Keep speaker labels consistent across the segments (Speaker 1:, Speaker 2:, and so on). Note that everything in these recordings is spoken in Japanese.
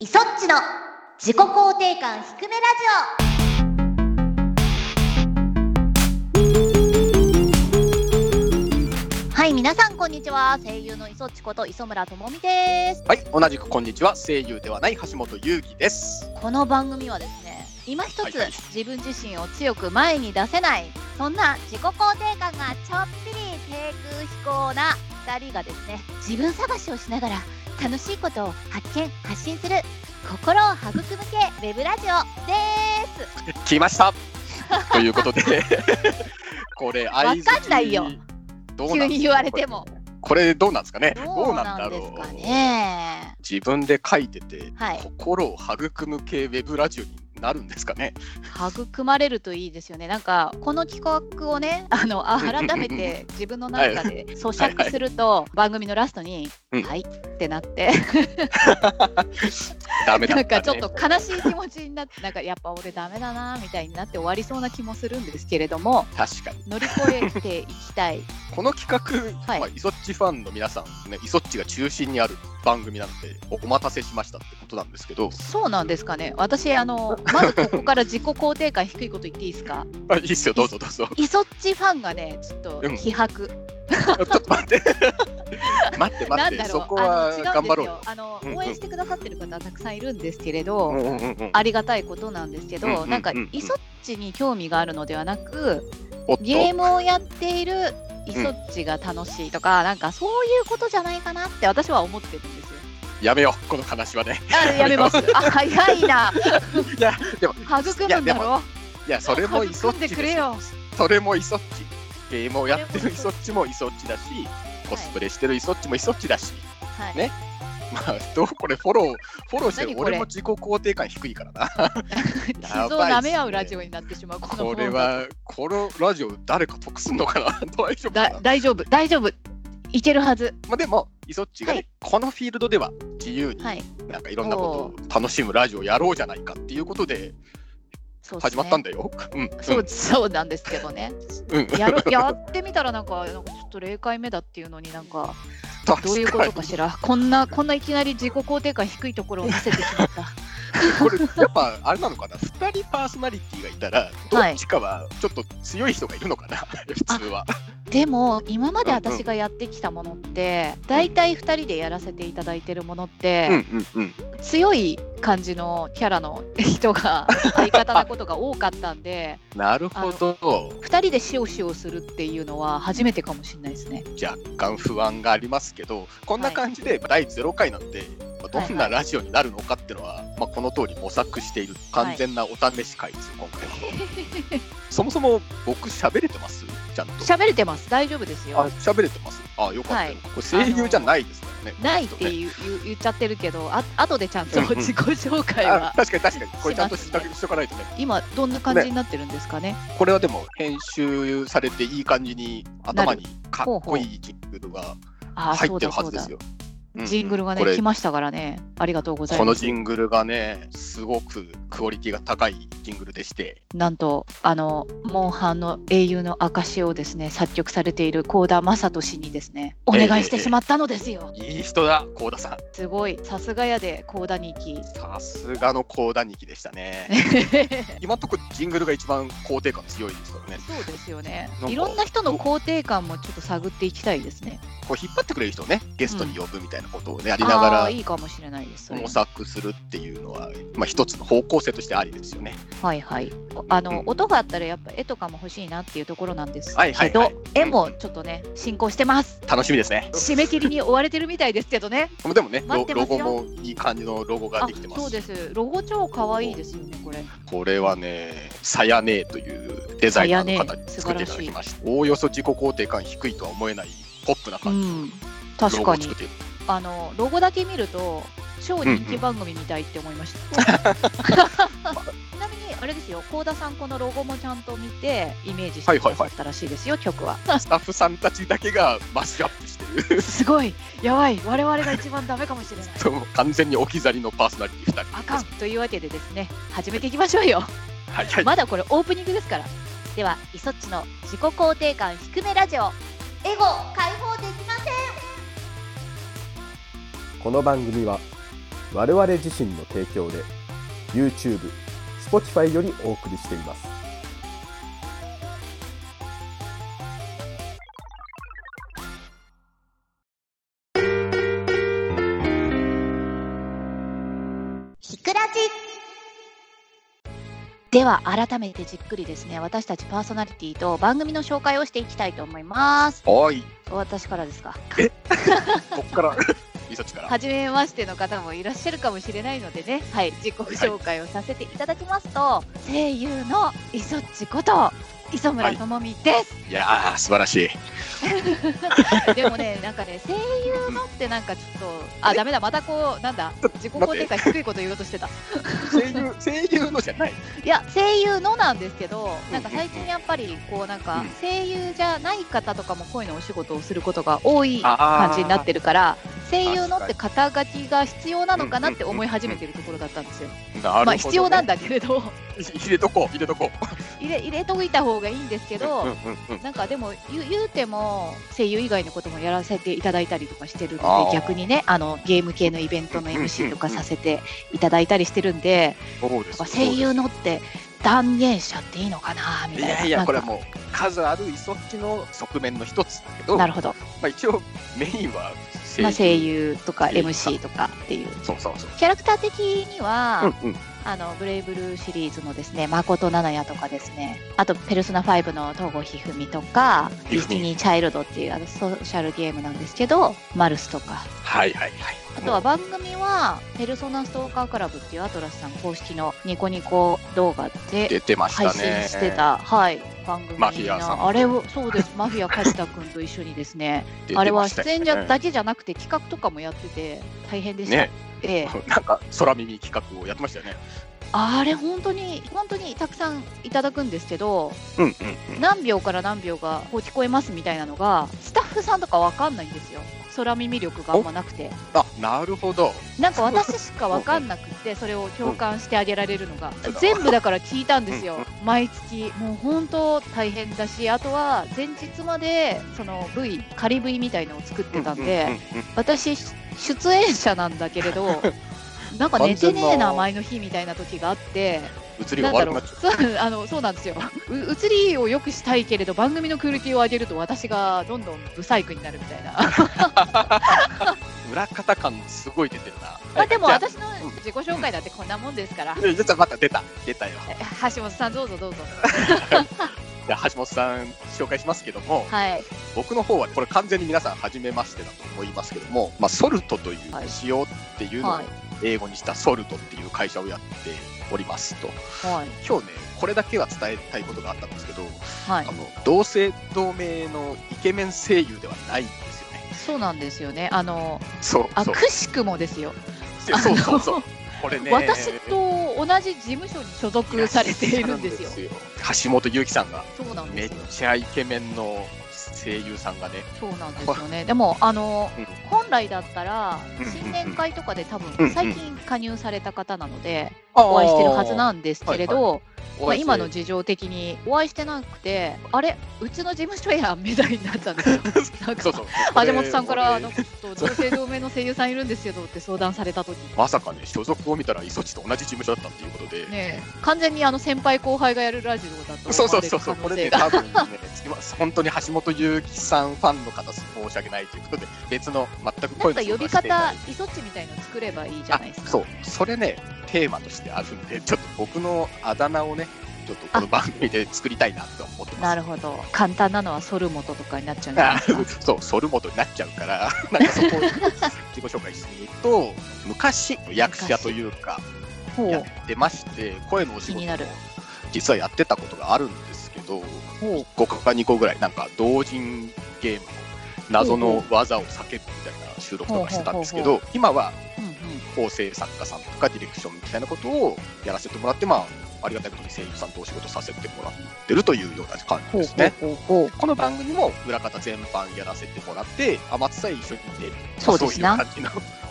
Speaker 1: イソッチの自己肯定感低めラジオはい皆さんこんにちは声優のイソッチこと磯村智美です
Speaker 2: はい、同じくこんにちは。声優ではない橋本優希です。
Speaker 1: この番組はですね今一
Speaker 2: はい
Speaker 1: つ
Speaker 2: はい
Speaker 1: 自分自身を強く前に出せないそんな自己肯定感がちょっぴり低空飛行な2人がですね自分探しをしながら楽しいことを発見発信する心を育む系ウェブラジオです
Speaker 2: 来 ました。ということで、 これ
Speaker 1: かんないよ。
Speaker 2: どうな
Speaker 1: 急
Speaker 2: んですか
Speaker 1: に言われても。
Speaker 2: これどうなんですかね。
Speaker 1: ど
Speaker 2: ど
Speaker 1: う
Speaker 2: う
Speaker 1: な
Speaker 2: なんんだ
Speaker 1: です
Speaker 2: ろ
Speaker 1: か
Speaker 2: う。
Speaker 1: ね。
Speaker 2: 自分で書いてて、
Speaker 1: はい
Speaker 2: 心を育む系ウェブラジオになるんですかね。
Speaker 1: 育まれるといいですよね。なんかこの企画をね、あのあ
Speaker 2: うんうんう
Speaker 1: 改
Speaker 2: ん
Speaker 1: めて自分の中で咀
Speaker 2: はいは
Speaker 1: 嚼
Speaker 2: い
Speaker 1: すると番組のラストに
Speaker 2: うん
Speaker 1: はいってなって、
Speaker 2: ダメだ
Speaker 1: な
Speaker 2: っ
Speaker 1: ん
Speaker 2: た、
Speaker 1: か
Speaker 2: ね。
Speaker 1: ちょっと悲しい気持ちになって、なんかやっぱ俺ダメだなみたいになって終わりそうな気もするんですけれども、
Speaker 2: 確かに。
Speaker 1: 乗り越えていきたい。
Speaker 2: この企画、
Speaker 1: はい
Speaker 2: まあ、イソッチファンの皆さん、ね、イソッチが中心にある番組なので、お待たせしましたってことなんですけど、
Speaker 1: そうなんですかね。私あ のまずここから自己肯定感低いこと言っていいですか。
Speaker 2: あいいっすよ、どうぞどうぞ。
Speaker 1: イソッチファンがね、ちょっと希薄。
Speaker 2: ちょっと 待って。待って
Speaker 1: な
Speaker 2: 待
Speaker 1: ん
Speaker 2: っ
Speaker 1: だろ
Speaker 2: て、そうこ
Speaker 1: あの
Speaker 2: は
Speaker 1: 違うん
Speaker 2: 頑
Speaker 1: で
Speaker 2: 張
Speaker 1: す
Speaker 2: ろう
Speaker 1: よ
Speaker 2: よ。
Speaker 1: あの、
Speaker 2: うんうん
Speaker 1: 応援してくださってる方はたくさんいるんですけれど、
Speaker 2: うんうんうん
Speaker 1: ありがたいことなんですけど、
Speaker 2: うんうんうん
Speaker 1: なんかイソッチに興味があるのではなく
Speaker 2: おっと
Speaker 1: ゲームをやっているイソッチが楽しいとか、なんかそういうことじゃないかなって私は思ってるん ですよ。
Speaker 2: やめよう、この話はね。
Speaker 1: あやめます。あ早いな。
Speaker 2: いや、でも、
Speaker 1: 育むんだ
Speaker 2: いやで
Speaker 1: ろ。
Speaker 2: いやそれもイソッ
Speaker 1: 育
Speaker 2: チ
Speaker 1: んでくれよ。
Speaker 2: それもイソッチ。ゲームをやってるイソッチもイソッチだし、コスプレしてるイソッチもイソッチだし、
Speaker 1: はい。
Speaker 2: ねまあ、どうこれ、フォロー、フォローして
Speaker 1: 何
Speaker 2: る
Speaker 1: これ
Speaker 2: 俺も自己肯定感低いから な。
Speaker 1: 傷を舐め合うラジオになってしまうこの
Speaker 2: これは、このラジオ、誰か得すんのかな大丈夫かな
Speaker 1: だ大丈夫大丈夫いけるはず。
Speaker 2: まあ、でも、イソッチがね、
Speaker 1: はい
Speaker 2: このフィールドでは自由に
Speaker 1: はい。
Speaker 2: なんかいろんなことを楽しむラジオやろうじゃないかっていうことで
Speaker 1: そうっすね
Speaker 2: 始まったんだよ。うん、
Speaker 1: そうそうなんですけどね。
Speaker 2: うん、うん、
Speaker 1: やろ やってみたらなんかなんかちょっと0回目だっていうのになんか
Speaker 2: 確
Speaker 1: どういうことかし らこんなこんないきなり自己肯定感低いところを見せてしまった
Speaker 2: これやっぱあれなのかな2人パーソナリティがいたらどっちかはちょっと強い人がいるのかな、 普通は
Speaker 1: でも今まで私がやってきたものって大体2人でやらせていただいてるものっ
Speaker 2: うんう
Speaker 1: て、
Speaker 2: んうん
Speaker 1: 強い感じのキャラの人 が相方なことが多かったんで
Speaker 2: なるほど
Speaker 1: 2人でしおしおするっていうのは初めてかもしれないですね。
Speaker 2: 若干不安がありますけどこんな感じで第0回なんで、まあどんなラジオになるのかっていうのは、まあ、この通り模索している完全なお試し会ですよ今回は そもそも僕喋れてますちゃんと
Speaker 1: 喋れてます大丈夫です
Speaker 2: あ
Speaker 1: よ。
Speaker 2: 喋れてますあよかったよ、
Speaker 1: はい
Speaker 2: これ声優じゃないですからね
Speaker 1: ないって言う言う言っちゃってるけどあ後でちゃんと
Speaker 2: うんうん
Speaker 1: 自己紹介
Speaker 2: あ
Speaker 1: は
Speaker 2: 確かに確かにこれちゃんと
Speaker 1: し
Speaker 2: し
Speaker 1: ま
Speaker 2: と
Speaker 1: すね
Speaker 2: しとかないとね
Speaker 1: 今どんな感じになってるんですかね。
Speaker 2: これはでも編集されていい感じに頭にかっこいいジングルが
Speaker 1: ああ
Speaker 2: 入
Speaker 1: そう
Speaker 2: ってる
Speaker 1: だ
Speaker 2: は
Speaker 1: そ
Speaker 2: ず
Speaker 1: う
Speaker 2: で
Speaker 1: だ
Speaker 2: す。よ。うん
Speaker 1: ジングルがね
Speaker 2: これ
Speaker 1: 来ましたからね。ありがとうござい
Speaker 2: この
Speaker 1: ます。
Speaker 2: ジングルがね、すごくクオリティが高いジングルでして、
Speaker 1: なんとあのモンハンの英雄の証をですね作曲されている高田正人氏にですねお願いしてしまったのですよ。
Speaker 2: いい人だ、高田さん。
Speaker 1: すごいさすがやで高田に行き。
Speaker 2: さすがの高田二期でしたね。今んとこジングルが一番肯定感強いですからね。
Speaker 1: そうですよね
Speaker 2: なん。か
Speaker 1: いろんな人の肯定感もちょっと探っていきたいですね。
Speaker 2: こう引っ張ってくれる人をね、ゲストに呼ぶみたいなことをね、やりなが
Speaker 1: ああ
Speaker 2: ら
Speaker 1: ーいいかもしれないです。それ
Speaker 2: 模索するっていうのは、まあ一つの方向性としてありですよね。
Speaker 1: はいはい。おあの、
Speaker 2: うん
Speaker 1: 音があったらやっぱ絵とかも欲しいなっていうところなんですけど、
Speaker 2: はいはいはい
Speaker 1: 絵もちょっとね進行してます。
Speaker 2: 楽しみですね。
Speaker 1: 締め切りに追われてるみたいですけどね。
Speaker 2: でもね、
Speaker 1: 待っ
Speaker 2: ロ
Speaker 1: てます
Speaker 2: ロ
Speaker 1: よ
Speaker 2: ゴもいい感じのロゴが
Speaker 1: あ
Speaker 2: できて、ます
Speaker 1: そう
Speaker 2: し
Speaker 1: です。ロゴ超可愛いですよねこれ。
Speaker 2: これはね、さやねえというデザイナーの方に作っていただきました。おおよそ自己肯定感低いとは思えないポップな
Speaker 1: う
Speaker 2: 感じ
Speaker 1: ん
Speaker 2: の。
Speaker 1: 確
Speaker 2: ロゴ
Speaker 1: か
Speaker 2: を
Speaker 1: に
Speaker 2: 作っている。
Speaker 1: あのロゴだけ見ると超人気番組みたいって思いま した。ちなみにあれですよ、高田さんこのロゴもちゃんと見てイメージしてくださったらしいですよ、曲は。
Speaker 2: スタッフさんたちだけがマッシュアップしてる。
Speaker 1: すごい、やばい、我々が一番ダメかもしれない。
Speaker 2: そう 完全に置き去りのパーソナリティ2人。
Speaker 1: あかんというわけでですね始めていきましょうよ
Speaker 2: はいはい。
Speaker 1: まだこれオープニングですからではイソッチの自己肯定感低めラジオエゴ解放できません
Speaker 3: この番組は我々自身の提供で YouTube、Spotify よりお送りしています。
Speaker 1: ひくらじでは改めてじっくりですね私たちパーソナリティと番組の紹介をしていきたいと思います
Speaker 2: はい。
Speaker 1: 私からですか
Speaker 2: こっから、リサちから。
Speaker 1: 初めましての方もいらっしゃるかもしれないのでね、はい、自己紹介をさせていただきますと、声優の磯っちこと磯村智美です、
Speaker 2: いやー、素晴らしい。
Speaker 1: でもねなんかね声優のってなんかちょっとあダメだまたこうなんだ自己肯定感低いこと言おうとしてた
Speaker 2: 声優、声優のじゃない。
Speaker 1: いや声優のなんですけど
Speaker 2: うん
Speaker 1: なんか最近やっぱりこうなんか
Speaker 2: うん
Speaker 1: 声優じゃない方とかも声のお仕事をすることが多い
Speaker 2: あ
Speaker 1: 感じになってるから声優のって
Speaker 2: 確
Speaker 1: 肩書きが必要なのかなって思い始めてるところだったんですよ。
Speaker 2: る。なるほど、ね。
Speaker 1: まあ必要なん。だけれど
Speaker 2: 入れとこう、入れとこう。
Speaker 1: 入れ入れといた方がいいんですけ
Speaker 2: うんう
Speaker 1: ど
Speaker 2: んうん。
Speaker 1: なんかでも言う言うても声優以外のこともやらせていただいたりとかしてる
Speaker 2: あ
Speaker 1: の
Speaker 2: ー
Speaker 1: で逆にねあのゲーム系のイベントの
Speaker 2: うんうんうん
Speaker 1: MC とかさせていただいたりしてるんで
Speaker 2: そうで
Speaker 1: なん
Speaker 2: す。
Speaker 1: か声優のって断言者っていいのかなみ
Speaker 2: い
Speaker 1: たいな。
Speaker 2: やい
Speaker 1: な
Speaker 2: や、
Speaker 1: ん
Speaker 2: こ
Speaker 1: か
Speaker 2: れはもう数ある磯っちの側面の一つだけど、
Speaker 1: なるほど、
Speaker 2: まあ、一応メインは声優。
Speaker 1: まあ、声優とか
Speaker 2: 声優か
Speaker 1: MC とかっていう
Speaker 2: そうそうそう。
Speaker 1: キャラクター的には、
Speaker 2: うんうん。
Speaker 1: あのブレイブルーシリーズのですね誠七也とかですねあと「ペルソナ5」の東郷一二三とか「デ
Speaker 2: 一二
Speaker 1: ィスティニー・チャイルド」っていうあのソーシャルゲームなんですけどマルスとか
Speaker 2: はいはいはい。
Speaker 1: あとは番組は「ペルソナストーカークラブ」っていうアトラスさん公式のニコニコ動画で
Speaker 2: 出てました
Speaker 1: 配
Speaker 2: ね。
Speaker 1: 信してた、はい、番組の
Speaker 2: マフィアさん
Speaker 1: あれをそうです マフィア梶田君と一緒にですね
Speaker 2: 出てましたよね。
Speaker 1: あれは出演者だけじゃなくて企画とかもやってて大変でした。
Speaker 2: ね。
Speaker 1: ええ
Speaker 2: なんか空耳企画をやってましたよね。
Speaker 1: あれ本当に本当にたくさんいただくんですけど
Speaker 2: うんうんうん。
Speaker 1: 何秒から何秒がこう聞こえますみたいなのがスタッフさんとかわかんないんですよ空耳力があんまなくて
Speaker 2: あ、なるほど。
Speaker 1: なんか私しかわかんなくてそれを共感してあげられるのが
Speaker 2: そうだわ
Speaker 1: 全部だから聞いたんですよ
Speaker 2: うんう
Speaker 1: 毎月もう本当大変だしあとは前日までその V 仮 V みたいのを作ってたんで。
Speaker 2: うんうんうん
Speaker 1: 私出演者なんだけれ どなんか寝てねえな前の日みたいな時があって
Speaker 2: 映り
Speaker 1: な
Speaker 2: が
Speaker 1: んだろ
Speaker 2: 悪く
Speaker 1: う
Speaker 2: なっちゃう。
Speaker 1: そうあのそうなんですよう映りを良くしたいけれど番組のクオリティを上げると私がどんどんブサイクになるみたいな
Speaker 2: 裏方感すごい出てるな。
Speaker 1: まあでも
Speaker 2: じゃあ
Speaker 1: 私の自己紹介だってこんなもんですから
Speaker 2: え実はまた出た。出たよ。
Speaker 1: 橋本さんどうぞどうぞ
Speaker 2: じゃあ橋本さん紹介しますけども、
Speaker 1: はい
Speaker 2: 僕の方はこれ完全に皆さん初めましてだと思いますけども、まあ、ソルトという
Speaker 1: はい
Speaker 2: 塩っていうのを
Speaker 1: はい
Speaker 2: 英語にしたソルトっていう会社をやっておりますと、
Speaker 1: はい
Speaker 2: 今日ね、これだけは伝えたいことがあったんですけど、
Speaker 1: はい
Speaker 2: あの同姓同名のイケメン声優ではないんですよね。
Speaker 1: そうなんですよねあの
Speaker 2: そう
Speaker 1: あ
Speaker 2: そう
Speaker 1: くしくもですよ
Speaker 2: そうそうそうそ
Speaker 1: あ
Speaker 2: う
Speaker 1: の
Speaker 2: これね
Speaker 1: 私と同じ事務所に所属されているんですよ
Speaker 2: 橋本優希さんが
Speaker 1: そうなんで
Speaker 2: めっ
Speaker 1: すよ
Speaker 2: ちゃイケメンの声優さんがね、
Speaker 1: そうなんですよね。でも、あの、
Speaker 2: うん
Speaker 1: 本来だったら
Speaker 2: うん、
Speaker 1: 新年会とかで多
Speaker 2: うんう
Speaker 1: 分、
Speaker 2: ん
Speaker 1: 最近加入された方なので、お会いしてるはずなんですけれど、ま
Speaker 2: お
Speaker 1: あ
Speaker 2: 会いして
Speaker 1: 今の事情的にお会いしてなくて、あれ、うちの事務所やんみたいになったんです よ。なん
Speaker 2: そう
Speaker 1: か
Speaker 2: そう
Speaker 1: 橋本さんから、あ
Speaker 2: これ
Speaker 1: の、ちょっと同姓同名の声優さんいるんですけどって相談された時に。
Speaker 2: まさかね所属を見たら磯地と同じ事務所だったっていうことで、
Speaker 1: ねえ、完全にあの先輩後輩がやるラジオだと
Speaker 2: そう
Speaker 1: 思
Speaker 2: そ
Speaker 1: わ
Speaker 2: う
Speaker 1: れ
Speaker 2: そ
Speaker 1: る
Speaker 2: う
Speaker 1: 可
Speaker 2: そうこ
Speaker 1: 能性
Speaker 2: れね
Speaker 1: が
Speaker 2: 多分ね今本当に橋本優希さんファンの方申し訳ないということで別の全く
Speaker 1: なん
Speaker 2: 声
Speaker 1: か
Speaker 2: の
Speaker 1: 呼び方
Speaker 2: 相談してない
Speaker 1: イソッチみたいの作ればいいじゃないです
Speaker 2: あ
Speaker 1: か
Speaker 2: そうそれねテーマとしてあるんでちょっと僕のあだ名をねちょっとこの番組で作りたいなと思ってます
Speaker 1: なるほど簡単なのはソルモトとかになっちゃうんじゃないですか
Speaker 2: そう、ソルモトになっちゃうから、 なんかそこを自己紹介してみると、昔、役者というか、
Speaker 1: ほ
Speaker 2: や
Speaker 1: う
Speaker 2: ってまして、声のお仕
Speaker 1: 気に
Speaker 2: 事
Speaker 1: な
Speaker 2: も
Speaker 1: る
Speaker 2: 実はやってたことがあるんですけど、5か2個ぐらい、なんか同人ゲームの謎の技を叫ぶみたいな収録とかしてたんですけ
Speaker 1: ほう
Speaker 2: ど、今は
Speaker 1: うんうん
Speaker 2: 構成作家さんとかディレクションみたいなことをやらせてもらって、まあ、ありがたいことに声優さんとお仕事させてもらってるというような感じですね。
Speaker 1: ほうほうほう
Speaker 2: この番組も裏方全般やらせてもらって、あ、松さえ一緒にいて、
Speaker 1: そうですな
Speaker 2: そういう感じ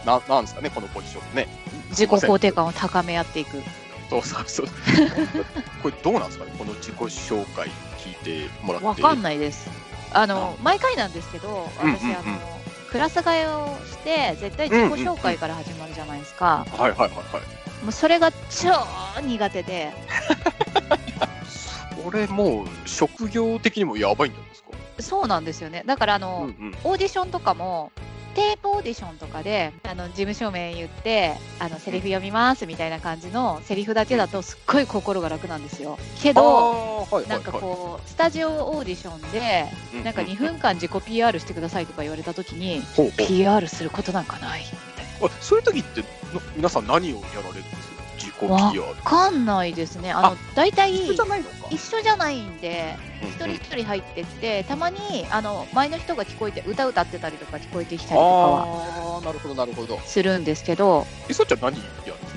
Speaker 2: の、な なんですかね、このポジションね。
Speaker 1: 自己肯定感を高め合っていく
Speaker 2: そうそうそう。 これどうなんですかね、この自己紹介聞いてもらって。
Speaker 1: わかんないですあの毎回なんですけど
Speaker 2: うんうんうん
Speaker 1: 私あのクラス替えをして絶対自己紹介から始まるじゃないですか、
Speaker 2: はいはいはいはい。
Speaker 1: もうそれが超苦手で
Speaker 2: これもう職業的にもやばいんじゃないですか。
Speaker 1: そうなんですよねだからあの、
Speaker 2: うん
Speaker 1: オーディションとかもテープオーディションとかであの事務所名言ってあのセリフ読みますみたいな感じのセリフだけだとすっごい心が楽なんですよけ
Speaker 2: あ
Speaker 1: ど
Speaker 2: ーはいはいはい。
Speaker 1: なんかこうスタジオオーディションで
Speaker 2: う
Speaker 1: なんか2分間自己 PR してくださいとか言われた時に
Speaker 2: ほうほう
Speaker 1: PR することなんかないみたいな
Speaker 2: あそういう時ってな皆さん何をやられるんですか自己 PR
Speaker 1: 分かんないですねあの
Speaker 2: あ
Speaker 1: 大体
Speaker 2: 一緒じゃないのか
Speaker 1: 一緒じゃないんで一
Speaker 2: う
Speaker 1: 人
Speaker 2: んうん
Speaker 1: 一人入ってってたまにあの前の人が聞こえて歌歌ってたりとか聞こえてきたりとかは
Speaker 2: ああなるほどなるほど
Speaker 1: するんですけど
Speaker 2: えそっちゃん何や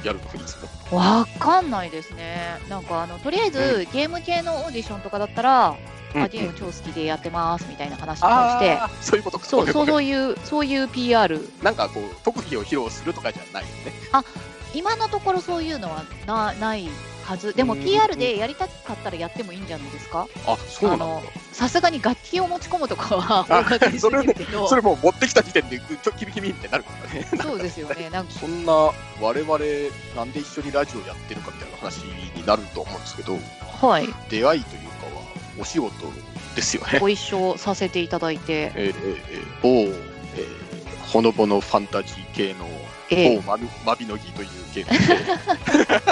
Speaker 2: やるのがいいですか
Speaker 1: わかんないですね。なんかあのとりあえずゲーム系のオーディションとかだったら、あゲーム超好きでやってますみたいな話とかをして、
Speaker 2: あーそういうことか
Speaker 1: そうそう
Speaker 2: いこ
Speaker 1: そういうそういう PR
Speaker 2: となんかこう特技を披露するとかじゃないよね
Speaker 1: 今のところそういうのはなないはず。でも
Speaker 2: うん
Speaker 1: PR でやりたかったらやってもいいんじゃないですか。
Speaker 2: あそうなんだ
Speaker 1: あのさすがに楽器を持ち込むとかはお伺いしてるけど、
Speaker 2: そ
Speaker 1: そ
Speaker 2: れもう持ってきた時点でうちょキビキビってなるからね
Speaker 1: うですよね。なんか
Speaker 2: そんな我々なんで一緒にラジオやってるかみたいな話になると思うんですけど
Speaker 1: はい
Speaker 2: 出会いというかはお仕事ですよね
Speaker 1: ご一緒させていただいて、
Speaker 2: えーえーえー某、えーほのぼのファンタジー系の
Speaker 1: ええ
Speaker 2: 某マビマビノギというゲー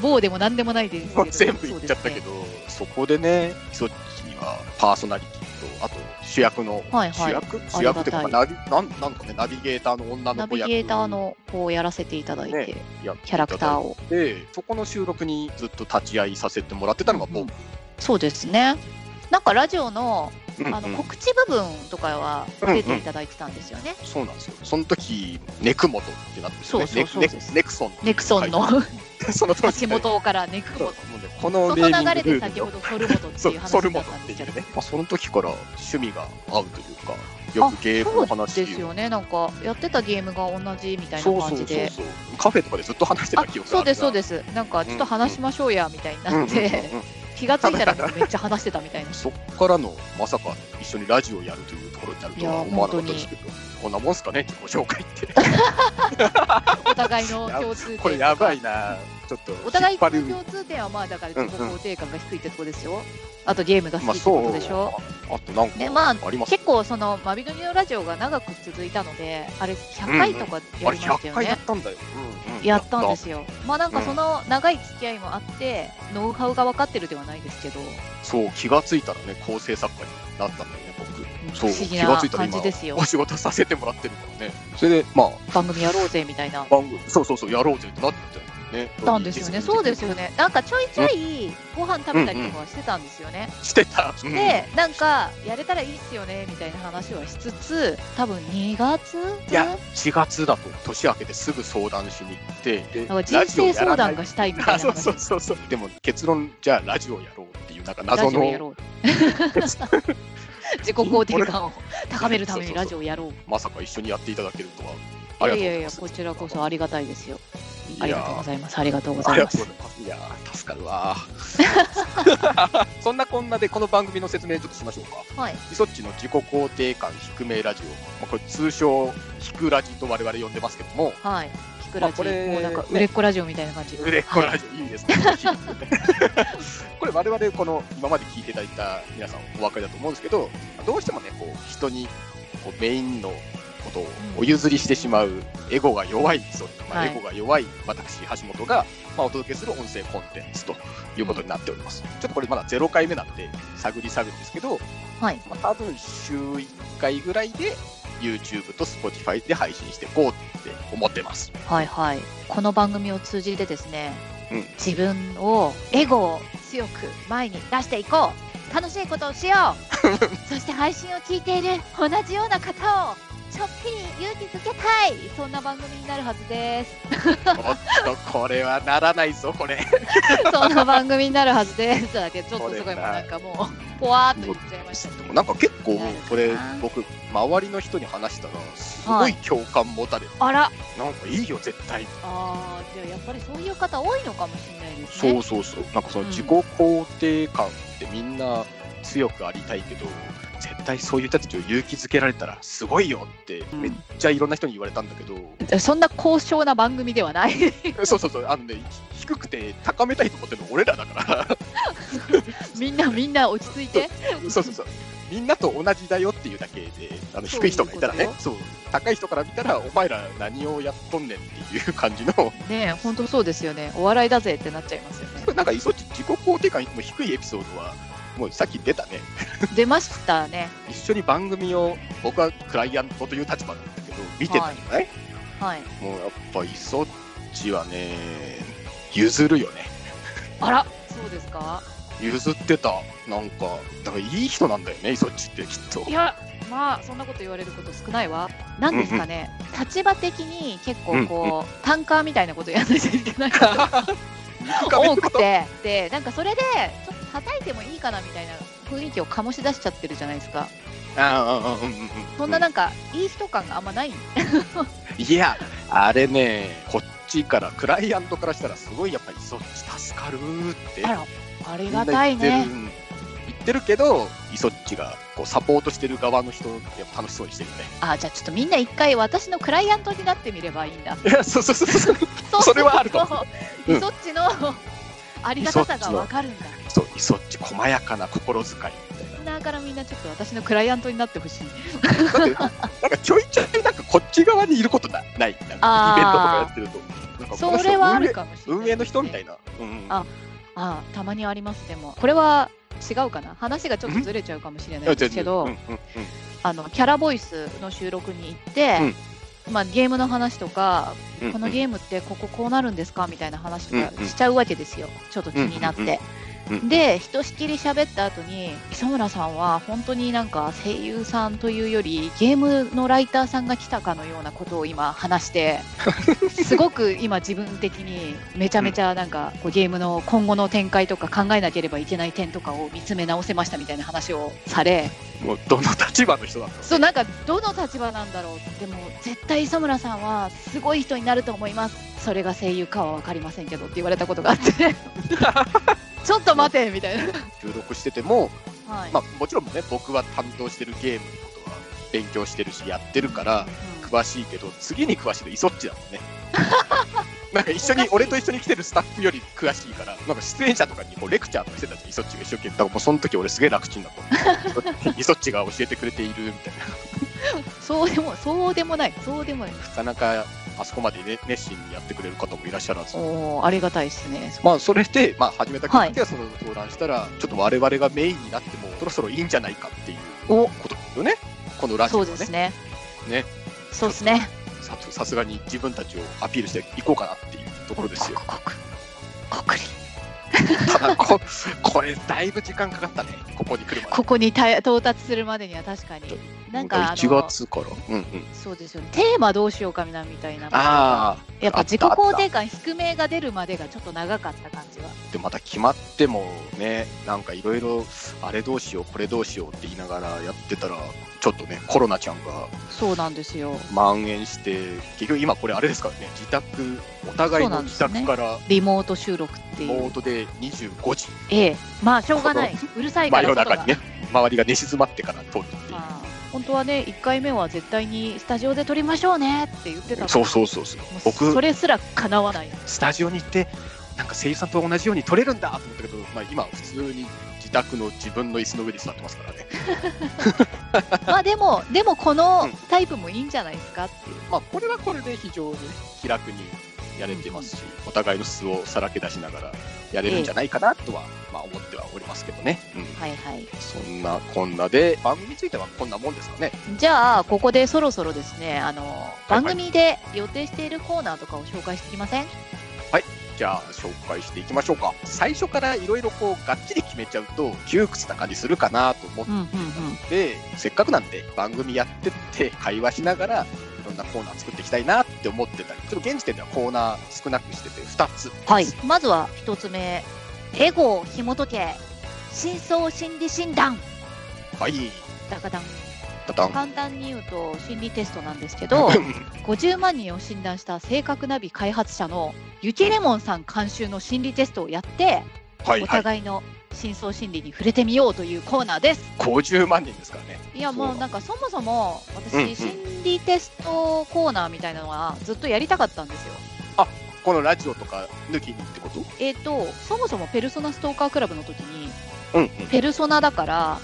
Speaker 1: 某でもなんでもないですけ
Speaker 2: ム
Speaker 1: ど
Speaker 2: で 全部言っちゃったけ
Speaker 1: ど、
Speaker 2: どそ,、こでねイソッチにはパーソナリティとあと主役の、
Speaker 1: はいはい
Speaker 2: 主役主役っていう
Speaker 1: あ
Speaker 2: か
Speaker 1: りが
Speaker 2: ナビなんなんかねナビゲーターの女
Speaker 1: ナ
Speaker 2: の子
Speaker 1: ビ
Speaker 2: 役
Speaker 1: ゲーターのこうやらせていただいて、
Speaker 2: ねやってい
Speaker 1: キャラ
Speaker 2: ただいて
Speaker 1: クターを。
Speaker 2: そこの収録にずっと立ち会いさせてもらってたのが僕、
Speaker 1: うんそうですね。なんかラジオの
Speaker 2: うん
Speaker 1: あの
Speaker 2: うん
Speaker 1: 告知部分とかは出ていただいてたんですよね。
Speaker 2: そうなんですよその時ネクモトってなってるんですよね
Speaker 1: そうそうそうそう
Speaker 2: ネネネクソン
Speaker 1: ネクソンの
Speaker 2: はい その当時
Speaker 1: 足元からネクモト。
Speaker 2: もうねこの
Speaker 1: その
Speaker 2: ネーミング
Speaker 1: 流れ
Speaker 2: ルー
Speaker 1: で
Speaker 2: ル
Speaker 1: 先ほどソルモトって
Speaker 2: そう
Speaker 1: いう
Speaker 2: ソ
Speaker 1: 話
Speaker 2: ル
Speaker 1: だ
Speaker 2: モ
Speaker 1: っ
Speaker 2: ト
Speaker 1: たん
Speaker 2: って
Speaker 1: ですけ
Speaker 2: いう
Speaker 1: ど。
Speaker 2: ね、まあ、その時から趣味が合うというかよくゲームの
Speaker 1: そう
Speaker 2: 話
Speaker 1: ですよね。なんかやってたゲームが同じみたい
Speaker 2: そう
Speaker 1: な
Speaker 2: そう
Speaker 1: 感
Speaker 2: そ
Speaker 1: じ
Speaker 2: うそ
Speaker 1: で。
Speaker 2: うカフェとかでずっと話して
Speaker 1: あ
Speaker 2: た記、憶が
Speaker 1: そ
Speaker 2: あ
Speaker 1: うで
Speaker 2: る
Speaker 1: すそうですす。なんかちょっと話しましょうやみたいになって、気がついたらめっちゃ話してたみたい な。
Speaker 2: そっからのまさか一緒にラジオをやるというところになるとはい
Speaker 1: や
Speaker 2: 思わなかったですけどこんなもんすかね自己紹介って
Speaker 1: お互いの共通点とか。
Speaker 2: これやばいなちょっと
Speaker 1: お互い
Speaker 2: 引っ張
Speaker 1: の
Speaker 2: る
Speaker 1: 共通点はまあだから自己肯定感が低いってとこですよ。あとゲームが好
Speaker 2: まあ
Speaker 1: きってこ
Speaker 2: そ
Speaker 1: と
Speaker 2: う
Speaker 1: でしょ。
Speaker 2: ああとなん
Speaker 1: ねまあ
Speaker 2: かあります、
Speaker 1: 結構そのマビドニのラジオが長く続いたのであれ100回とかや
Speaker 2: あ
Speaker 1: り
Speaker 2: れ
Speaker 1: ました
Speaker 2: 100
Speaker 1: よ
Speaker 2: 回や
Speaker 1: ね
Speaker 2: っ、たんだよ、うんうん
Speaker 1: やったんですよまあなんかその長い付き合いもあって、ノウハウが分かってるではないですけど
Speaker 2: そう気がついたらね構成作家になったんだよね僕
Speaker 1: 不
Speaker 2: そう
Speaker 1: 思議
Speaker 2: 気
Speaker 1: な
Speaker 2: がついたら
Speaker 1: 感
Speaker 2: 今
Speaker 1: じですよ
Speaker 2: お仕事させてもらってるからねそれでまあ
Speaker 1: 番組やろうぜみた いな
Speaker 2: 番組そうそうそうやろうぜってなったよね
Speaker 1: たんですよねそうですよねなんかちょいちょいご飯食べたり
Speaker 2: うん
Speaker 1: と
Speaker 2: うん
Speaker 1: かはしてたんですよね、
Speaker 2: してたうん
Speaker 1: でなんかやれたらいいっすよねみたいな話はしつつ多分2月
Speaker 2: いや4月だと年明けてすぐ相談しに行ってで
Speaker 1: なんか人生相談
Speaker 2: ラ
Speaker 1: がしたいみ
Speaker 2: ジオ
Speaker 1: た
Speaker 2: や
Speaker 1: い
Speaker 2: らない
Speaker 1: な
Speaker 2: あそうそう
Speaker 1: 話
Speaker 2: そうそうでも結論じゃあラジオやろうっていうなんか
Speaker 1: ラ
Speaker 2: 謎
Speaker 1: ジオや
Speaker 2: の
Speaker 1: ろう 自己肯定感を高めるためにラジオやろう
Speaker 2: まさか一緒にやっていただけるとはいあり
Speaker 1: やいや
Speaker 2: がとうございます
Speaker 1: いや、こちらこそありがたいですよ。ありがとうご
Speaker 2: い
Speaker 1: ざいます。ありがとうご
Speaker 2: やあ
Speaker 1: ざい
Speaker 2: りが
Speaker 1: ます
Speaker 2: とう。ございますいやー助かるわー そんなこんなでこの番組の説明ちょっとしましょうか
Speaker 1: はい。
Speaker 2: イソッチの自己肯定感低めラジオ、まあ、これ通称「ヒクラジ」と我々呼んでますけども
Speaker 1: はい。キクラ
Speaker 2: まあ
Speaker 1: ジ、
Speaker 2: これ
Speaker 1: もうなんか売れっ子ラジオみたいな感じ。
Speaker 2: 売れっ子ラジオいいですねこれ我々この今まで聞いていただいた皆さんお分かりだと思うんですけどどうしてもねこう人にこうメインのことをお譲りしてしまうエゴが弱い人、まあ、
Speaker 1: はい
Speaker 2: エゴが弱い私橋本が、まあ、お届けする音声コンテンツということになっております、ちょっとこれまだ0回目なんで探り探りですけど、
Speaker 1: はい。
Speaker 2: まあ、多分週1回ぐらいで YouTube と Spotify で配信していこうって思ってます
Speaker 1: はいはい。この番組を通じてですね、
Speaker 2: うん
Speaker 1: 自分を、エゴを強く前に出していこう。楽しいことをしよ う。そして配信を聞いている同じような方を、ちょっぴり勇気づけたい。そんな番組になるはずです。
Speaker 2: おっとこれはならないぞこれ
Speaker 1: そんな番組になるはずです。だけどちょっとすごいもうなんかもう、ぽわーっと言っちゃいましたけど。
Speaker 2: なんか結構これ
Speaker 1: なる
Speaker 2: 僕周りの人に話したらすごい共感持たれて、
Speaker 1: あら。
Speaker 2: なんかいいよ絶対
Speaker 1: ああ、じゃあやっぱりそういう方多いのかもしれないですね。
Speaker 2: そうそうそうなんかその自己肯定感ってみんな強くありたいけど絶対そういう人たちを勇気づけられたらすごいよって
Speaker 1: うん
Speaker 2: めっちゃいろんな人に言われたんだけ ど、
Speaker 1: そんな高尚な番組ではない
Speaker 2: そうそうそうあのねひ低くて高めたいと思ってるの俺らだから
Speaker 1: みんなみんな落ち着いて
Speaker 2: そうそうそうみんなと同じだよっていうだけであの
Speaker 1: そう
Speaker 2: 低い人がいたら
Speaker 1: いい
Speaker 2: ね
Speaker 1: こ
Speaker 2: そう高い人から見たらお前ら何をやっとんねんっていう感じの
Speaker 1: ねえ本当そうですよねお笑いだぜってなっちゃいますよね
Speaker 2: なんかいそっち自己肯定感も低いエピソードはもうさっき出たね
Speaker 1: 出ましたね
Speaker 2: 一緒に番組を僕はクライアントという立場なんだけど見てたじゃない、
Speaker 1: はい
Speaker 2: もうやっぱいそっちはね譲るよね
Speaker 1: あらそうですか
Speaker 2: 譲ってたなんかだからいい人なんだよねいそっちってきっと
Speaker 1: いやまあそんなこと言われること少ないわなんですかね、立場的に結構こう、タンカーみたいなことやらないといけないことが多くてでなんかそれでちょっと叩いてもいいかなみたいな雰囲気を醸し出しちゃってるじゃないですか
Speaker 2: ああうんうんうん
Speaker 1: そんななんか、いい人感があんまない
Speaker 2: いやあれねこっちからクライアントからしたらすごいやっぱりいそっち助かるって
Speaker 1: あらあり
Speaker 2: みん
Speaker 1: が
Speaker 2: な
Speaker 1: た
Speaker 2: 言
Speaker 1: い
Speaker 2: ってる
Speaker 1: ね
Speaker 2: うん言ってるけどいそっちがこうサポートしてる側の人やっぱ楽しそうにしてるよね
Speaker 1: あじゃあちょっとみんな一回私のクライアントになってみればいいんだ
Speaker 2: いやそうそうそうそう
Speaker 1: う
Speaker 2: それはあると思
Speaker 1: そういそっちのありがたさがわかるんだ
Speaker 2: そういそっち細やかな心遣いみたいな
Speaker 1: だからみんなちょっと私のクライアントになってほしい
Speaker 2: だって なんかちょいちょいなんかこっち側にいることなないなんかイベントとかやってるとなんかこ
Speaker 1: そ
Speaker 2: の人
Speaker 1: れはあ
Speaker 2: 運営
Speaker 1: るかもしれない、
Speaker 2: 運営の人みたい
Speaker 1: な。
Speaker 2: な、うん
Speaker 1: あああたまにあります、でも。これは違うかな話がちょっとずれちゃうかもしれないですけど、
Speaker 2: うんうんうん
Speaker 1: あのキャラボイスの収録に行って、まあ、ゲームの話とか、
Speaker 2: うん
Speaker 1: このゲームってこここうなるんですかみたいな話とか
Speaker 2: うんうん
Speaker 1: しちゃうわけですよ、ちょっと気になって。
Speaker 2: うんうんうん
Speaker 1: で、ひとしきり喋った後に、磯村さんは本当になんか声優さんというより、ゲームのライターさんが来たかのようなことを今話 して、すごく今自分的にめちゃめちゃなんかこうゲームの今後の展開とか考えなければいけない点とかを見つめ直せましたみたいな話をされ、
Speaker 2: もうどの立場の人なんだろ
Speaker 1: そうなんかどの立場なんだろうでも絶対磯村さんはすごい人になると思いますそれが声優かは分かりませんけどって言われたことがあって ちょっと待てみたいな、
Speaker 2: う収録してても、
Speaker 1: はい
Speaker 2: まあ、もちろんね僕は担当してるゲームのことは勉強してるしやってるから詳しいけど次に詳しいのいそっちだも んねなんか一緒
Speaker 1: おかし
Speaker 2: に
Speaker 1: い
Speaker 2: 俺と一緒に来てるスタッフより詳しいからなんか出演者とかにこうレクチャーとかしてたじゃんいそっちが一生懸命だからもうその時俺すげえ楽ちんだと思ういそっちが教えてくれているみたいな
Speaker 1: そうでもそうでもないそうでもない
Speaker 2: なかなかあそこまで、ね、熱心にやってくれる方もいらっしゃらず
Speaker 1: おーありがたいですね
Speaker 2: まあそれで、まあ、始めたきっかけはその登壇したら、ちょっと我々がメインになってもそろそろいいんじゃないかっていう
Speaker 1: お
Speaker 2: ことですよねこのラジオ
Speaker 1: そう
Speaker 2: は
Speaker 1: で
Speaker 2: ね
Speaker 1: すね
Speaker 2: ね
Speaker 1: そうですね
Speaker 2: ささすがに自分たちをアピールしていこうかなっていうところで すよ
Speaker 1: ここここここに
Speaker 2: ただここれだいぶ時間かかったねここに来るまで
Speaker 1: ここにた到達するまでには確かになんかあ
Speaker 2: 1
Speaker 1: の
Speaker 2: 月からうんうん
Speaker 1: そうですよねテーマどうしようかみたいな
Speaker 2: ああ
Speaker 1: やっぱ
Speaker 2: あった
Speaker 1: 自己肯定感低めが出るまでがちょっと長かった感じは
Speaker 2: でまた決まってもねなんかいろいろあれどうしようこれどうしようって言いながらやってたらちょっとねコロナちゃんが
Speaker 1: そうなんですよ
Speaker 2: 蔓延して結局今これあれですからね自宅お互いの自宅から
Speaker 1: リモート収録ってい
Speaker 2: モ
Speaker 1: う
Speaker 2: ートで25時
Speaker 1: ええまあしょうがないうるさい
Speaker 2: 真
Speaker 1: から
Speaker 2: 夜
Speaker 1: 外
Speaker 2: 中
Speaker 1: が
Speaker 2: にね周りが寝静まってから撮るっていう
Speaker 1: まあ本当はね1回目は絶対にスタジオで撮りましょうねって言ってたの
Speaker 2: そうそうそうそう
Speaker 1: もう
Speaker 2: 僕
Speaker 1: それすらかなわ ない
Speaker 2: スタジオに行ってなんか声優さんと同じように撮れるんだと思ったけど、まあ、今普通に自宅の自分の椅子の上で座ってますからね
Speaker 1: まあでもでもこの
Speaker 2: うん
Speaker 1: タイプもいいんじゃないですかっていう
Speaker 2: まあこれはこれで非常に気楽にやれてますし、お互いの素をさらけ出しながらやれるんじゃないかなとは、まあ、思ってはおりますけどね、うん
Speaker 1: はいはい
Speaker 2: そんなこんなで番組についてはこんなもんですかね
Speaker 1: じゃあここでそろそろですねあの
Speaker 2: いはい
Speaker 1: 番組で予定しているコーナーとかを紹介していきません
Speaker 2: じゃあ紹介していきましょうか最初からいろいろこうがっちり決めちゃうと窮屈な感じするかなと思っ
Speaker 1: うんうんうん
Speaker 2: て、せっかくなんで番組やってって会話しながらいろんなコーナー作っていきたいなって思ってたりちょっと現時点ではコーナー少なくしてて2つ
Speaker 1: はい、まずは一つ目、エゴを紐解け、真相心理診断。
Speaker 2: はい
Speaker 1: だかだん
Speaker 2: ダダン
Speaker 1: 簡単に言うと心理テストなんですけ ど、50万人を診断した性格ナビ開発者のゆきレモンさん監修の心理テストをやって、
Speaker 2: はい
Speaker 1: お
Speaker 2: はい
Speaker 1: 互いの深層心理に触れてみようというコーナーです。
Speaker 2: 50万人ですからね。
Speaker 1: いや
Speaker 2: そう
Speaker 1: もうなんかそもそも
Speaker 2: うんう
Speaker 1: 私
Speaker 2: ん
Speaker 1: 心理テストコーナーみたいなのはずっとやりたかったんですよ。
Speaker 2: このラジオとか抜きにってこと
Speaker 1: えっ、とそもそもペルソナストーカークラブの時に
Speaker 2: うんうん。
Speaker 1: ペルソナだから
Speaker 2: あ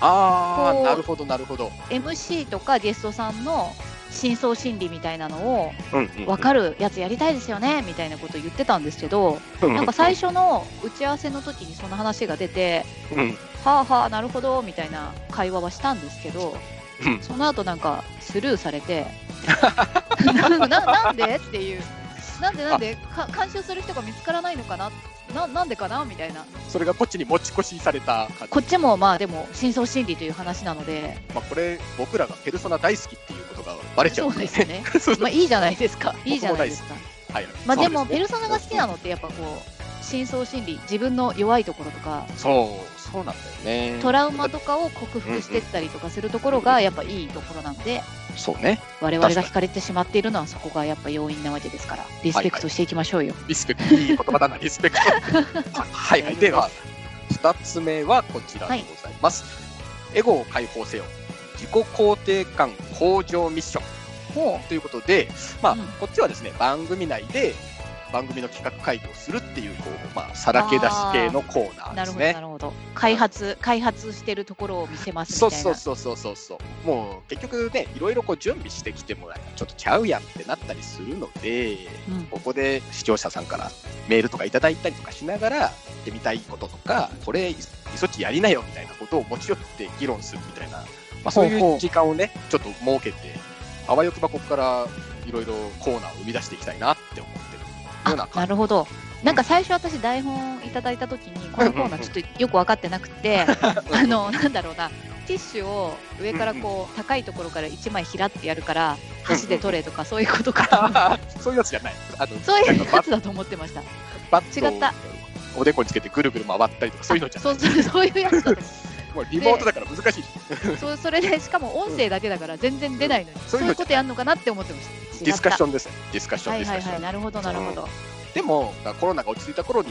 Speaker 1: こ
Speaker 2: あ、
Speaker 1: う
Speaker 2: なるほど、なるほど。
Speaker 1: MC とかゲストさんの深層心理みたいなのを
Speaker 2: うんうん、
Speaker 1: 分かるやつやりたいですよねみたいなこと言ってたんですけど
Speaker 2: る。
Speaker 1: なんか最初の打ち合わせの時にその話が出て
Speaker 2: うんうん
Speaker 1: はあはあなるほどみたいな会話はしたんですけど
Speaker 2: うん
Speaker 1: その後なんかスルーされて なななんでっていうなんでなんでか監修する人が見つからないのかなななんでかなみたいな
Speaker 2: それがこっちに持ち越しされた感じ。
Speaker 1: こっちもまあでも深層心理という話なので
Speaker 2: まあ、これ、僕らがペルソナ大好きっていうことがバレちゃ
Speaker 1: そううんですよ。 ねまあいいじゃないですかいいじゃないですか
Speaker 2: はいはい
Speaker 1: まあでも
Speaker 2: そう
Speaker 1: ペ
Speaker 2: すね
Speaker 1: ルソナが好きなのってやっぱこう深層心理自分の弱いところとか
Speaker 2: そう、そうなんだよね。
Speaker 1: トラウマとかを克服してったりとかするところがやっぱいいところなので
Speaker 2: そうね。
Speaker 1: 我々が惹かれてしまっているのはそこがやっぱ要因なわけですからリスペクトしていきましょうよ、
Speaker 2: リスペクト、いい言葉だな、リス ペクト。はいはい。では、二つ目はこちらでございます。エゴを解放せよ。自己肯定感向上ミッション。
Speaker 1: ほ
Speaker 2: ということで、まあ、
Speaker 1: うん
Speaker 2: こっちはですね、番組内で番組の企画会議をするっていう、こう、まあ、さらけ出し系のコーナ
Speaker 1: う
Speaker 2: ー
Speaker 1: なる
Speaker 2: です
Speaker 1: ほど
Speaker 2: ね
Speaker 1: な。るほど開発開発してるところを見せますみた
Speaker 2: そ
Speaker 1: いうな
Speaker 2: そうそうそうそうそう。もう結局ね、いろいろこう準備してきてもらえばちょっとちゃうやんってなったりするので、
Speaker 1: うん
Speaker 2: ここで視聴者さんからメールとかいただいたりとかしながら、やってみたいこととか、これ、いそっちやりなよみたいなことを持ち寄って議論するみたいな、まあ、そうい
Speaker 1: ほうほ
Speaker 2: う
Speaker 1: う
Speaker 2: 時間をね、ちょっと設けて、あわよくばここからいろいろコーナーを生み出していきたいなって思ってるような
Speaker 1: あなるほどなんか最初私台本いただいた時にこのコーナーちょっとよく分かってなくて あのなんだろうなティッシュを上からこう高いところから1枚ひらってやるから箸で取れとかそういうことか な
Speaker 2: あーそういうやつじゃない。あの
Speaker 1: そういう
Speaker 2: な
Speaker 1: や
Speaker 2: ん
Speaker 1: つだと思ってました
Speaker 2: か バッバットを
Speaker 1: 違った
Speaker 2: おでこにつけてぐるぐる回ったりとか、そういうのじゃな
Speaker 1: そ。
Speaker 2: いう
Speaker 1: そうそういうやつだと思って
Speaker 2: もうリモートだから難しいし。
Speaker 1: そうそれでしかも音声だけだから全然出ないのに、
Speaker 2: ん
Speaker 1: そういうことやんのかなって思ってました違った
Speaker 2: ディスカッションですね。ディスカッション、
Speaker 1: は
Speaker 2: デ
Speaker 1: い
Speaker 2: ィスカ
Speaker 1: は
Speaker 2: ッ
Speaker 1: い
Speaker 2: ショ
Speaker 1: はいなるほどなるほど
Speaker 2: ン。でも、コロナが落ち着いた頃に、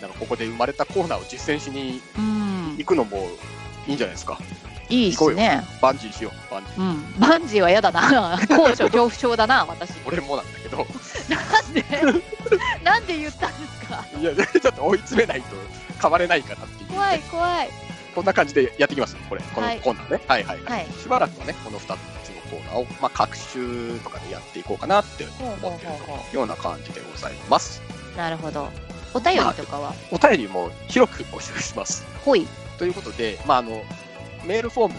Speaker 2: なんかここで生まれたコーナーを実践しに
Speaker 1: うん
Speaker 2: 行くのもいいんじゃないですか。
Speaker 1: いいっすね
Speaker 2: バンジーしよう、バンジー。
Speaker 1: うんバンジーは嫌だな高所恐怖症だな私
Speaker 2: 俺もなんだけど、
Speaker 1: なんでなんで言ったんですか
Speaker 2: いや、 ちょっと追い詰めないと変われないかなっていう。
Speaker 1: 怖い怖い
Speaker 2: こんな感じでやっていきます、これ、この
Speaker 1: はい
Speaker 2: コーナーね。はいはい、はい、
Speaker 1: はい
Speaker 2: しばらくはね、この2つのコーナーを、まあ、各週とかでやっていこうかなって
Speaker 1: ほうほう
Speaker 2: 思って
Speaker 1: ほうほ
Speaker 2: るような感じでございます。
Speaker 1: うなるほどお便りとかは
Speaker 2: お便りも広く募集します。
Speaker 1: ほい
Speaker 2: ということで、まあ、あのメールフォームを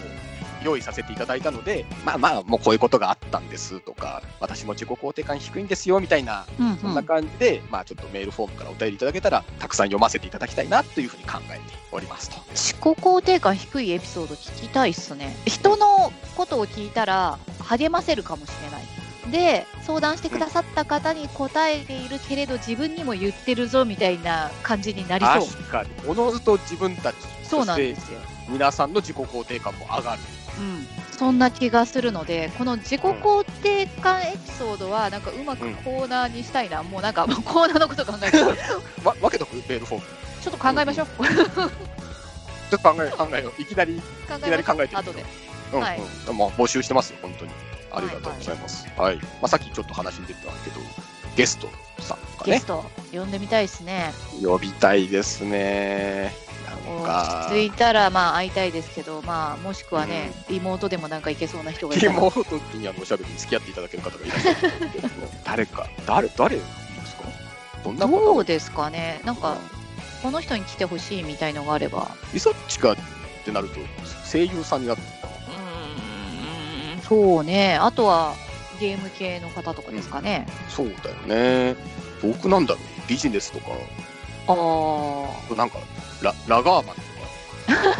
Speaker 2: 用意させていただいたので、まあまあ、もうこういうことがあったんですとか、私も自己肯定感低いんですよみたいな、
Speaker 1: うんうん
Speaker 2: そんな感じで、まあ、ちょっとメールフォームからお便りいただけたら、たくさん読ませていただきたいなというふうに考えておりますと。
Speaker 1: 自己肯定感低いエピソード聞きたいっすね人のことを聞いたら励ませるかもしれないで相談してくださった方に答えているけれど自分にも言ってるぞみたいな感じになりそう
Speaker 2: 確かに、おのずと自分たち、
Speaker 1: そうなんで
Speaker 2: そし
Speaker 1: すよ、
Speaker 2: て皆さんの自己肯定感も上がる。
Speaker 1: うん、そんな気がするのでこの自己肯定感エピソードはなんかうまくコーナーにしたいな、もうなんかもう コーナーのこと考えてちょっ
Speaker 2: わ分けとく、メールフォーム。
Speaker 1: と考えましょう考
Speaker 2: ちょっと考えよう、考えよう。いきなり、いきな
Speaker 1: えま
Speaker 2: り
Speaker 1: しょ
Speaker 2: 考
Speaker 1: う
Speaker 2: えてみよう
Speaker 1: 後で
Speaker 2: うんうん
Speaker 1: はい
Speaker 2: まあ、募集してますよ、本当に。ありがとうございます。はい、まあ、さっきちょっと話に出てたけど、ゲストさんとか
Speaker 1: ゲ
Speaker 2: ね
Speaker 1: ス、ト呼んでみたいですね
Speaker 2: 呼びたいですね。なんか
Speaker 1: 落、ち着いたらまあ会いたいですけど、まあ、もしくはね、リモートでもなんか行けそうな人がいたら
Speaker 2: もう時にあのおしゃべりに付き合っていただける方がいらっしゃると思うんですけど誰か、誰、誰ですかどんな方
Speaker 1: どうですかねなんかこの人に来てほしいみたいのがあれば
Speaker 2: イソッチカってなると、声優さんになってるのかな
Speaker 1: そうねあとはゲーム系の方とかですかね、
Speaker 2: そうだよね。僕なんだろう、ビジネスとか、
Speaker 1: あ
Speaker 2: なんか、ララガーマン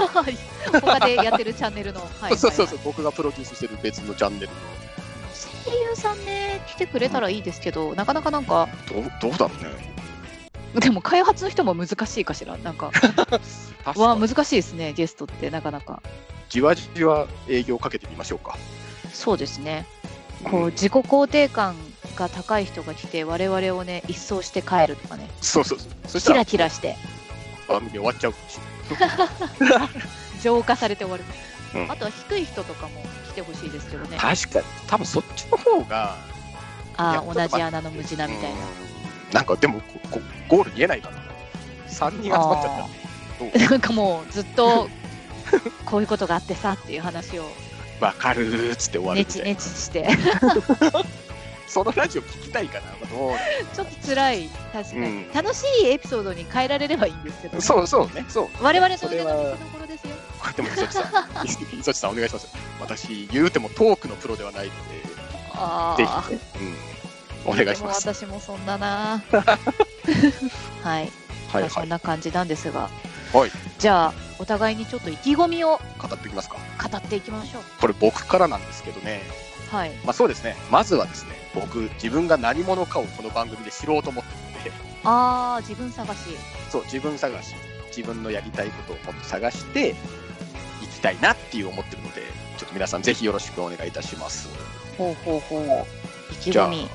Speaker 2: とか、
Speaker 1: あ他でやってるチャンネ ルの、はいはいはい
Speaker 2: そうそうそう、僕がプロデュースしてる別のチャンネルの
Speaker 1: 声優さんね来てくれたらいいですけど、なかなかなんか
Speaker 2: どうどうだろうね。
Speaker 1: でも開発の人も難しいかしらなんか
Speaker 2: 確
Speaker 1: わ
Speaker 2: か
Speaker 1: あ
Speaker 2: に
Speaker 1: 難しいですねゲストってなかなか
Speaker 2: じわじわ営業かけてみましょうか。
Speaker 1: そうですねこう自己肯定感が高い人が来て我々をね一掃して帰るとかね
Speaker 2: そうそうそう。そし
Speaker 1: キ
Speaker 2: たら
Speaker 1: ラキラして
Speaker 2: 番組終わっちゃうかもしれない。
Speaker 1: 浄化されて終わるんですけど、
Speaker 2: うん
Speaker 1: あとは低い人とかも来てほしいですけどね
Speaker 2: 確かに多分そっちの方が
Speaker 1: あ
Speaker 2: い
Speaker 1: あ
Speaker 2: や
Speaker 1: 同じ穴の無地なみたいな
Speaker 2: うんなんかでもここゴール見えないから3人集まっちゃったんでどう
Speaker 1: なんかもうずっとこういうことがあってさっていう話を
Speaker 2: わかるーっつって終わる
Speaker 1: ネ
Speaker 2: みた
Speaker 1: チ
Speaker 2: いな、
Speaker 1: ネチして
Speaker 2: そのラジオ聞きたいかな、まあどうなんだ
Speaker 1: ちょっと辛い確かに、
Speaker 2: うん
Speaker 1: 楽しいエピソードに変えられればいいんですけど、ね、
Speaker 2: そうそうね、そう。
Speaker 1: 我々の
Speaker 2: そ
Speaker 1: 腕
Speaker 2: れ
Speaker 1: の
Speaker 2: は
Speaker 1: 見せ、所ですよ
Speaker 2: でも、磯地さん、磯磯地さん、お願いしますよ。私、言うてもトークのプロではないの
Speaker 1: あ
Speaker 2: で、ぜ
Speaker 1: あ
Speaker 2: ひね、うん、お願いし
Speaker 1: でも
Speaker 2: ます。
Speaker 1: 私もそんなな はい
Speaker 2: はい
Speaker 1: まあそ
Speaker 2: は
Speaker 1: ん
Speaker 2: い、
Speaker 1: な感じなんですが、
Speaker 2: はい
Speaker 1: じゃあお互いにちょっと意気込みを
Speaker 2: 語っていきますか。
Speaker 1: 語っていきましょう
Speaker 2: これ、僕からなんですけどね、
Speaker 1: はい
Speaker 2: まあそうですね、まずはですね、僕、自分が何者かをこの番組で知ろうと思ってるので、
Speaker 1: ああ自分探し
Speaker 2: そう、自分探し、自分のやりたいことをもっと探して、行きたいなっていう思ってるので、ちょっと皆さん、ぜひよろしくお願いいたします。
Speaker 1: ほうほうほう意気
Speaker 2: じゃ
Speaker 1: 込
Speaker 2: あ
Speaker 1: み、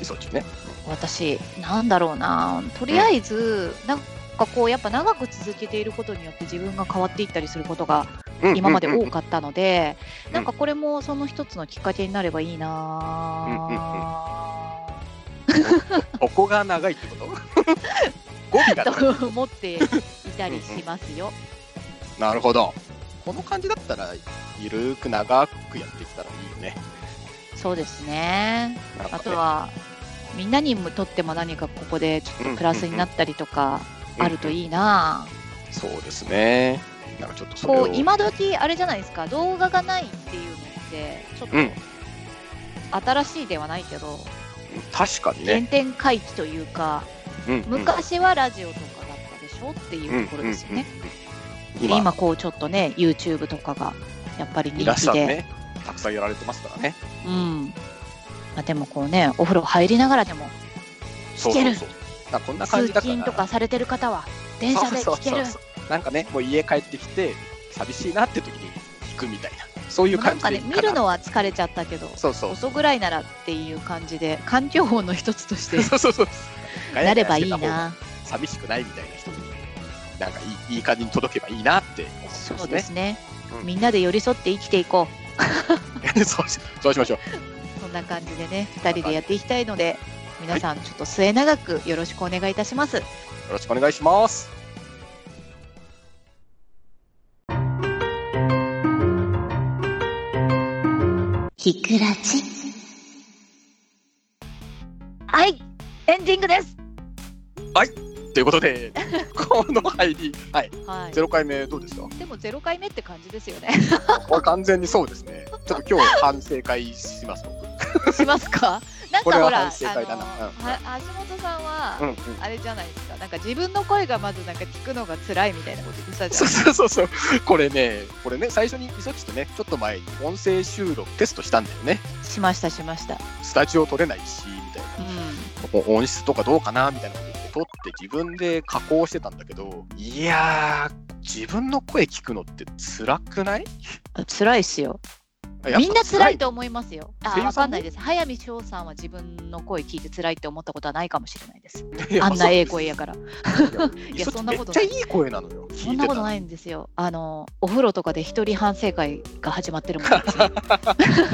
Speaker 2: 磯地ね。
Speaker 1: 私なんだろうなとりあえず、なんかこうやっぱ長く続けていることによって自分が変わっていったりすることが
Speaker 2: うん
Speaker 1: 今まで
Speaker 2: うんうん
Speaker 1: 多かったので、
Speaker 2: うん
Speaker 1: なんかこれもその一つのきっかけになればいいなー
Speaker 2: ここが長いって こと語尾が長い
Speaker 1: と思っていたりします よ。
Speaker 2: なるほどこの感じだったらゆるーく長くやってきたらいいよね
Speaker 1: そうですね。
Speaker 2: なんか
Speaker 1: あ
Speaker 2: ね
Speaker 1: とはみんなにとっても何かここでちょっとプラスになったりとかあると
Speaker 2: うん
Speaker 1: いいな。
Speaker 2: そうですねなんかちょっとそれを
Speaker 1: こう今時あれじゃないですか動画がないっていうのってちょっ
Speaker 2: うん
Speaker 1: と新しいではないけど
Speaker 2: 確かに
Speaker 1: 原
Speaker 2: ね、
Speaker 1: 点回帰というか
Speaker 2: うんうん
Speaker 1: 昔はラジオとかだったでしょっていうところですよね。
Speaker 2: うんうんうん
Speaker 1: で
Speaker 2: 今
Speaker 1: 今こうちょっとね YouTube とかがやっぱり人
Speaker 2: 皆
Speaker 1: 気
Speaker 2: さん
Speaker 1: で、
Speaker 2: ねたくさんやられてますからね
Speaker 1: うんまあ、でもこうねお風呂入りながらでも
Speaker 2: そうそうそうなんかこんな感
Speaker 1: 通
Speaker 2: じだから
Speaker 1: 勤とかされてる方は電車で
Speaker 2: そう
Speaker 1: 聞
Speaker 2: そ
Speaker 1: け
Speaker 2: うそ
Speaker 1: る
Speaker 2: うそうなんかねもう家帰ってきて寂しいなって時に聞くみたいなそういう
Speaker 1: なん
Speaker 2: 感じ
Speaker 1: か
Speaker 2: でい
Speaker 1: ね
Speaker 2: いかな
Speaker 1: 見るのは疲れちゃったけど
Speaker 2: そうそう
Speaker 1: 遅ぐらいならっていう感じで環境法の一つとして
Speaker 2: そうそうそう
Speaker 1: なればいい
Speaker 2: ガヤガヤしてた方が
Speaker 1: な
Speaker 2: 寂しくないみたいな人に、なんかいいいい感じに届けばいいなって思ってますね。
Speaker 1: そうですね
Speaker 2: うん
Speaker 1: みんなで寄り添って生きていこ
Speaker 2: そうしそうしましょう。
Speaker 1: うそんな感じでね2人でやっていきたいので皆さんちょっと末永くよろしくお願いいたします。
Speaker 2: よろしくお願いします。
Speaker 4: ひくらち。はい、エンディングです。
Speaker 2: というこ とで、この入り、はい、
Speaker 1: はい
Speaker 2: 0回目どうですか
Speaker 1: でもゼロ回目って感じですよね。
Speaker 2: これ完全にそうですね。ちょっと今日反省会します、僕。
Speaker 1: します か。なん
Speaker 2: これ
Speaker 1: か
Speaker 2: は
Speaker 1: ほら、あの
Speaker 2: 反省会だなうん
Speaker 1: は橋本さん
Speaker 2: うん
Speaker 1: は
Speaker 2: うん、
Speaker 1: あれじゃないですか。なんか自分の声がまずなんか聞くのが辛いみたいなこと言ってたじ
Speaker 2: そ
Speaker 1: ゃ。
Speaker 2: うんそうそうそう。これね、これね、最初に磯地とね、ちょっと前に音声収録テストしたんだよね。
Speaker 1: しましたしました。
Speaker 2: スタジオ撮れないし、みたいな。
Speaker 1: う
Speaker 2: お音質とかどうかなみたいなこと言って撮って自分で加工してたんだけどいやー自分の声聞くのって辛くな
Speaker 1: ん。
Speaker 2: い
Speaker 1: 辛いっすよ。
Speaker 2: やっぱ
Speaker 1: みんな辛いと思いますよ。あ、
Speaker 2: 声優さんも
Speaker 1: わかんないです。早見翔さんは自分の声聞いて辛いって思ったことはないかもしれないです。
Speaker 2: いや
Speaker 1: あんなええ声やから。
Speaker 2: い
Speaker 1: いやそんなことな
Speaker 2: め
Speaker 1: い
Speaker 2: っちゃいい声なのよ
Speaker 1: そんなことないいんですよ。あの、お風呂とかで一人反省会が始まってるもんですよ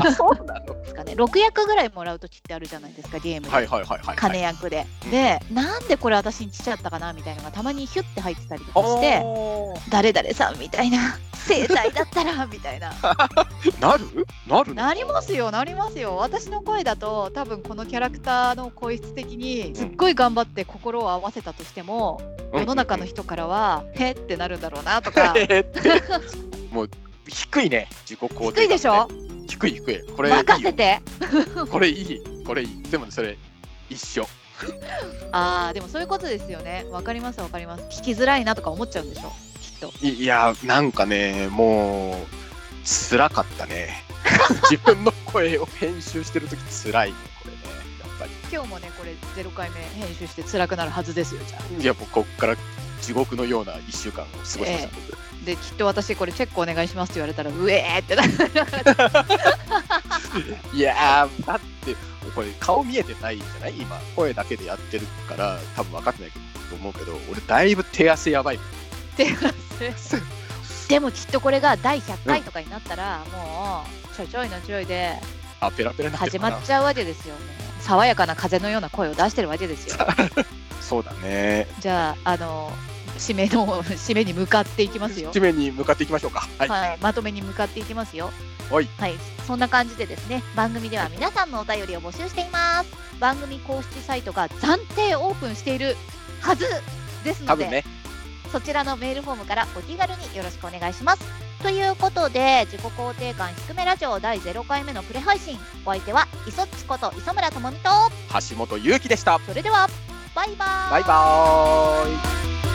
Speaker 2: あそうなの
Speaker 1: ですか ね。6役ぐらいもらうときってあるじゃないですか、ゲームで。
Speaker 2: はいはいはいはい
Speaker 1: 金役で、でなんでこれ私に来ちゃったかなみたいなのがたまにヒュッて入ってたりとか
Speaker 2: お
Speaker 1: して
Speaker 2: ー
Speaker 1: 誰々さんみたいな 正解だったらみたいな
Speaker 2: なるなるの
Speaker 1: なりますよなりますよ私の声だと多分このキャラクターの声質的にすっごい頑張って心を合わせたとしても
Speaker 2: うん
Speaker 1: 世の中の人からは「へっ」ってなるんだろうなと か
Speaker 2: えーってもう低いね自己肯定感ね
Speaker 1: 低いでしょ
Speaker 2: 低い低いこれいいよ
Speaker 1: 任せて
Speaker 2: これいいこれいいでもねそれ一緒
Speaker 1: あーでもそういうことですよねわかりますわかります聞きづらいなとか思っちゃうんでしょきっと
Speaker 2: いいやなんかねもう辛かっ たね自分の声を編集してる時辛いねこれねやっぱり
Speaker 1: 今日もねこれ0回目編集して辛くなるはずですよじゃあ
Speaker 2: いやもうこっから地獄のような1週間を過ごしました、
Speaker 1: ええ できっと私これチェックお願いしますって言われたらうえーってなる
Speaker 2: いやーだってこれ顔見えてないんじゃない今声だけでやってるから多分分かってないと思うけど俺だいぶ手汗やばい
Speaker 5: っ てます。でもきっとこれが第100回とかになったら、もうちょいちょいのちょいで
Speaker 2: あ、ペラペラになって
Speaker 5: 始
Speaker 2: るか
Speaker 5: ま
Speaker 2: な
Speaker 5: っ。ちゃうわけですよ。もう爽やかな風のような声を出してるわけですよ。
Speaker 2: そうだね。
Speaker 5: じゃあ、あの、締めの、締めに向かっていきますよ。
Speaker 2: 地面に向かっていきましょうか。 はい。
Speaker 5: はい、まとめに向かっていきますよ。
Speaker 2: はい。
Speaker 1: そんな感じでですね、番組では皆さんのお便りを募集しています。
Speaker 5: 番組公式サイトが暫定オープンしている
Speaker 1: はずです
Speaker 2: 多
Speaker 1: ので、
Speaker 2: 分ね。
Speaker 1: そちらのメールフォームからお気軽によろしくお願いします。ということで、自己肯定感低めラジオ第0回目のプレ配信、お相手は、磯っちこと磯村智美と、
Speaker 2: 橋本祐希でした。
Speaker 1: それでは、バイバーイ
Speaker 2: バイバーイ。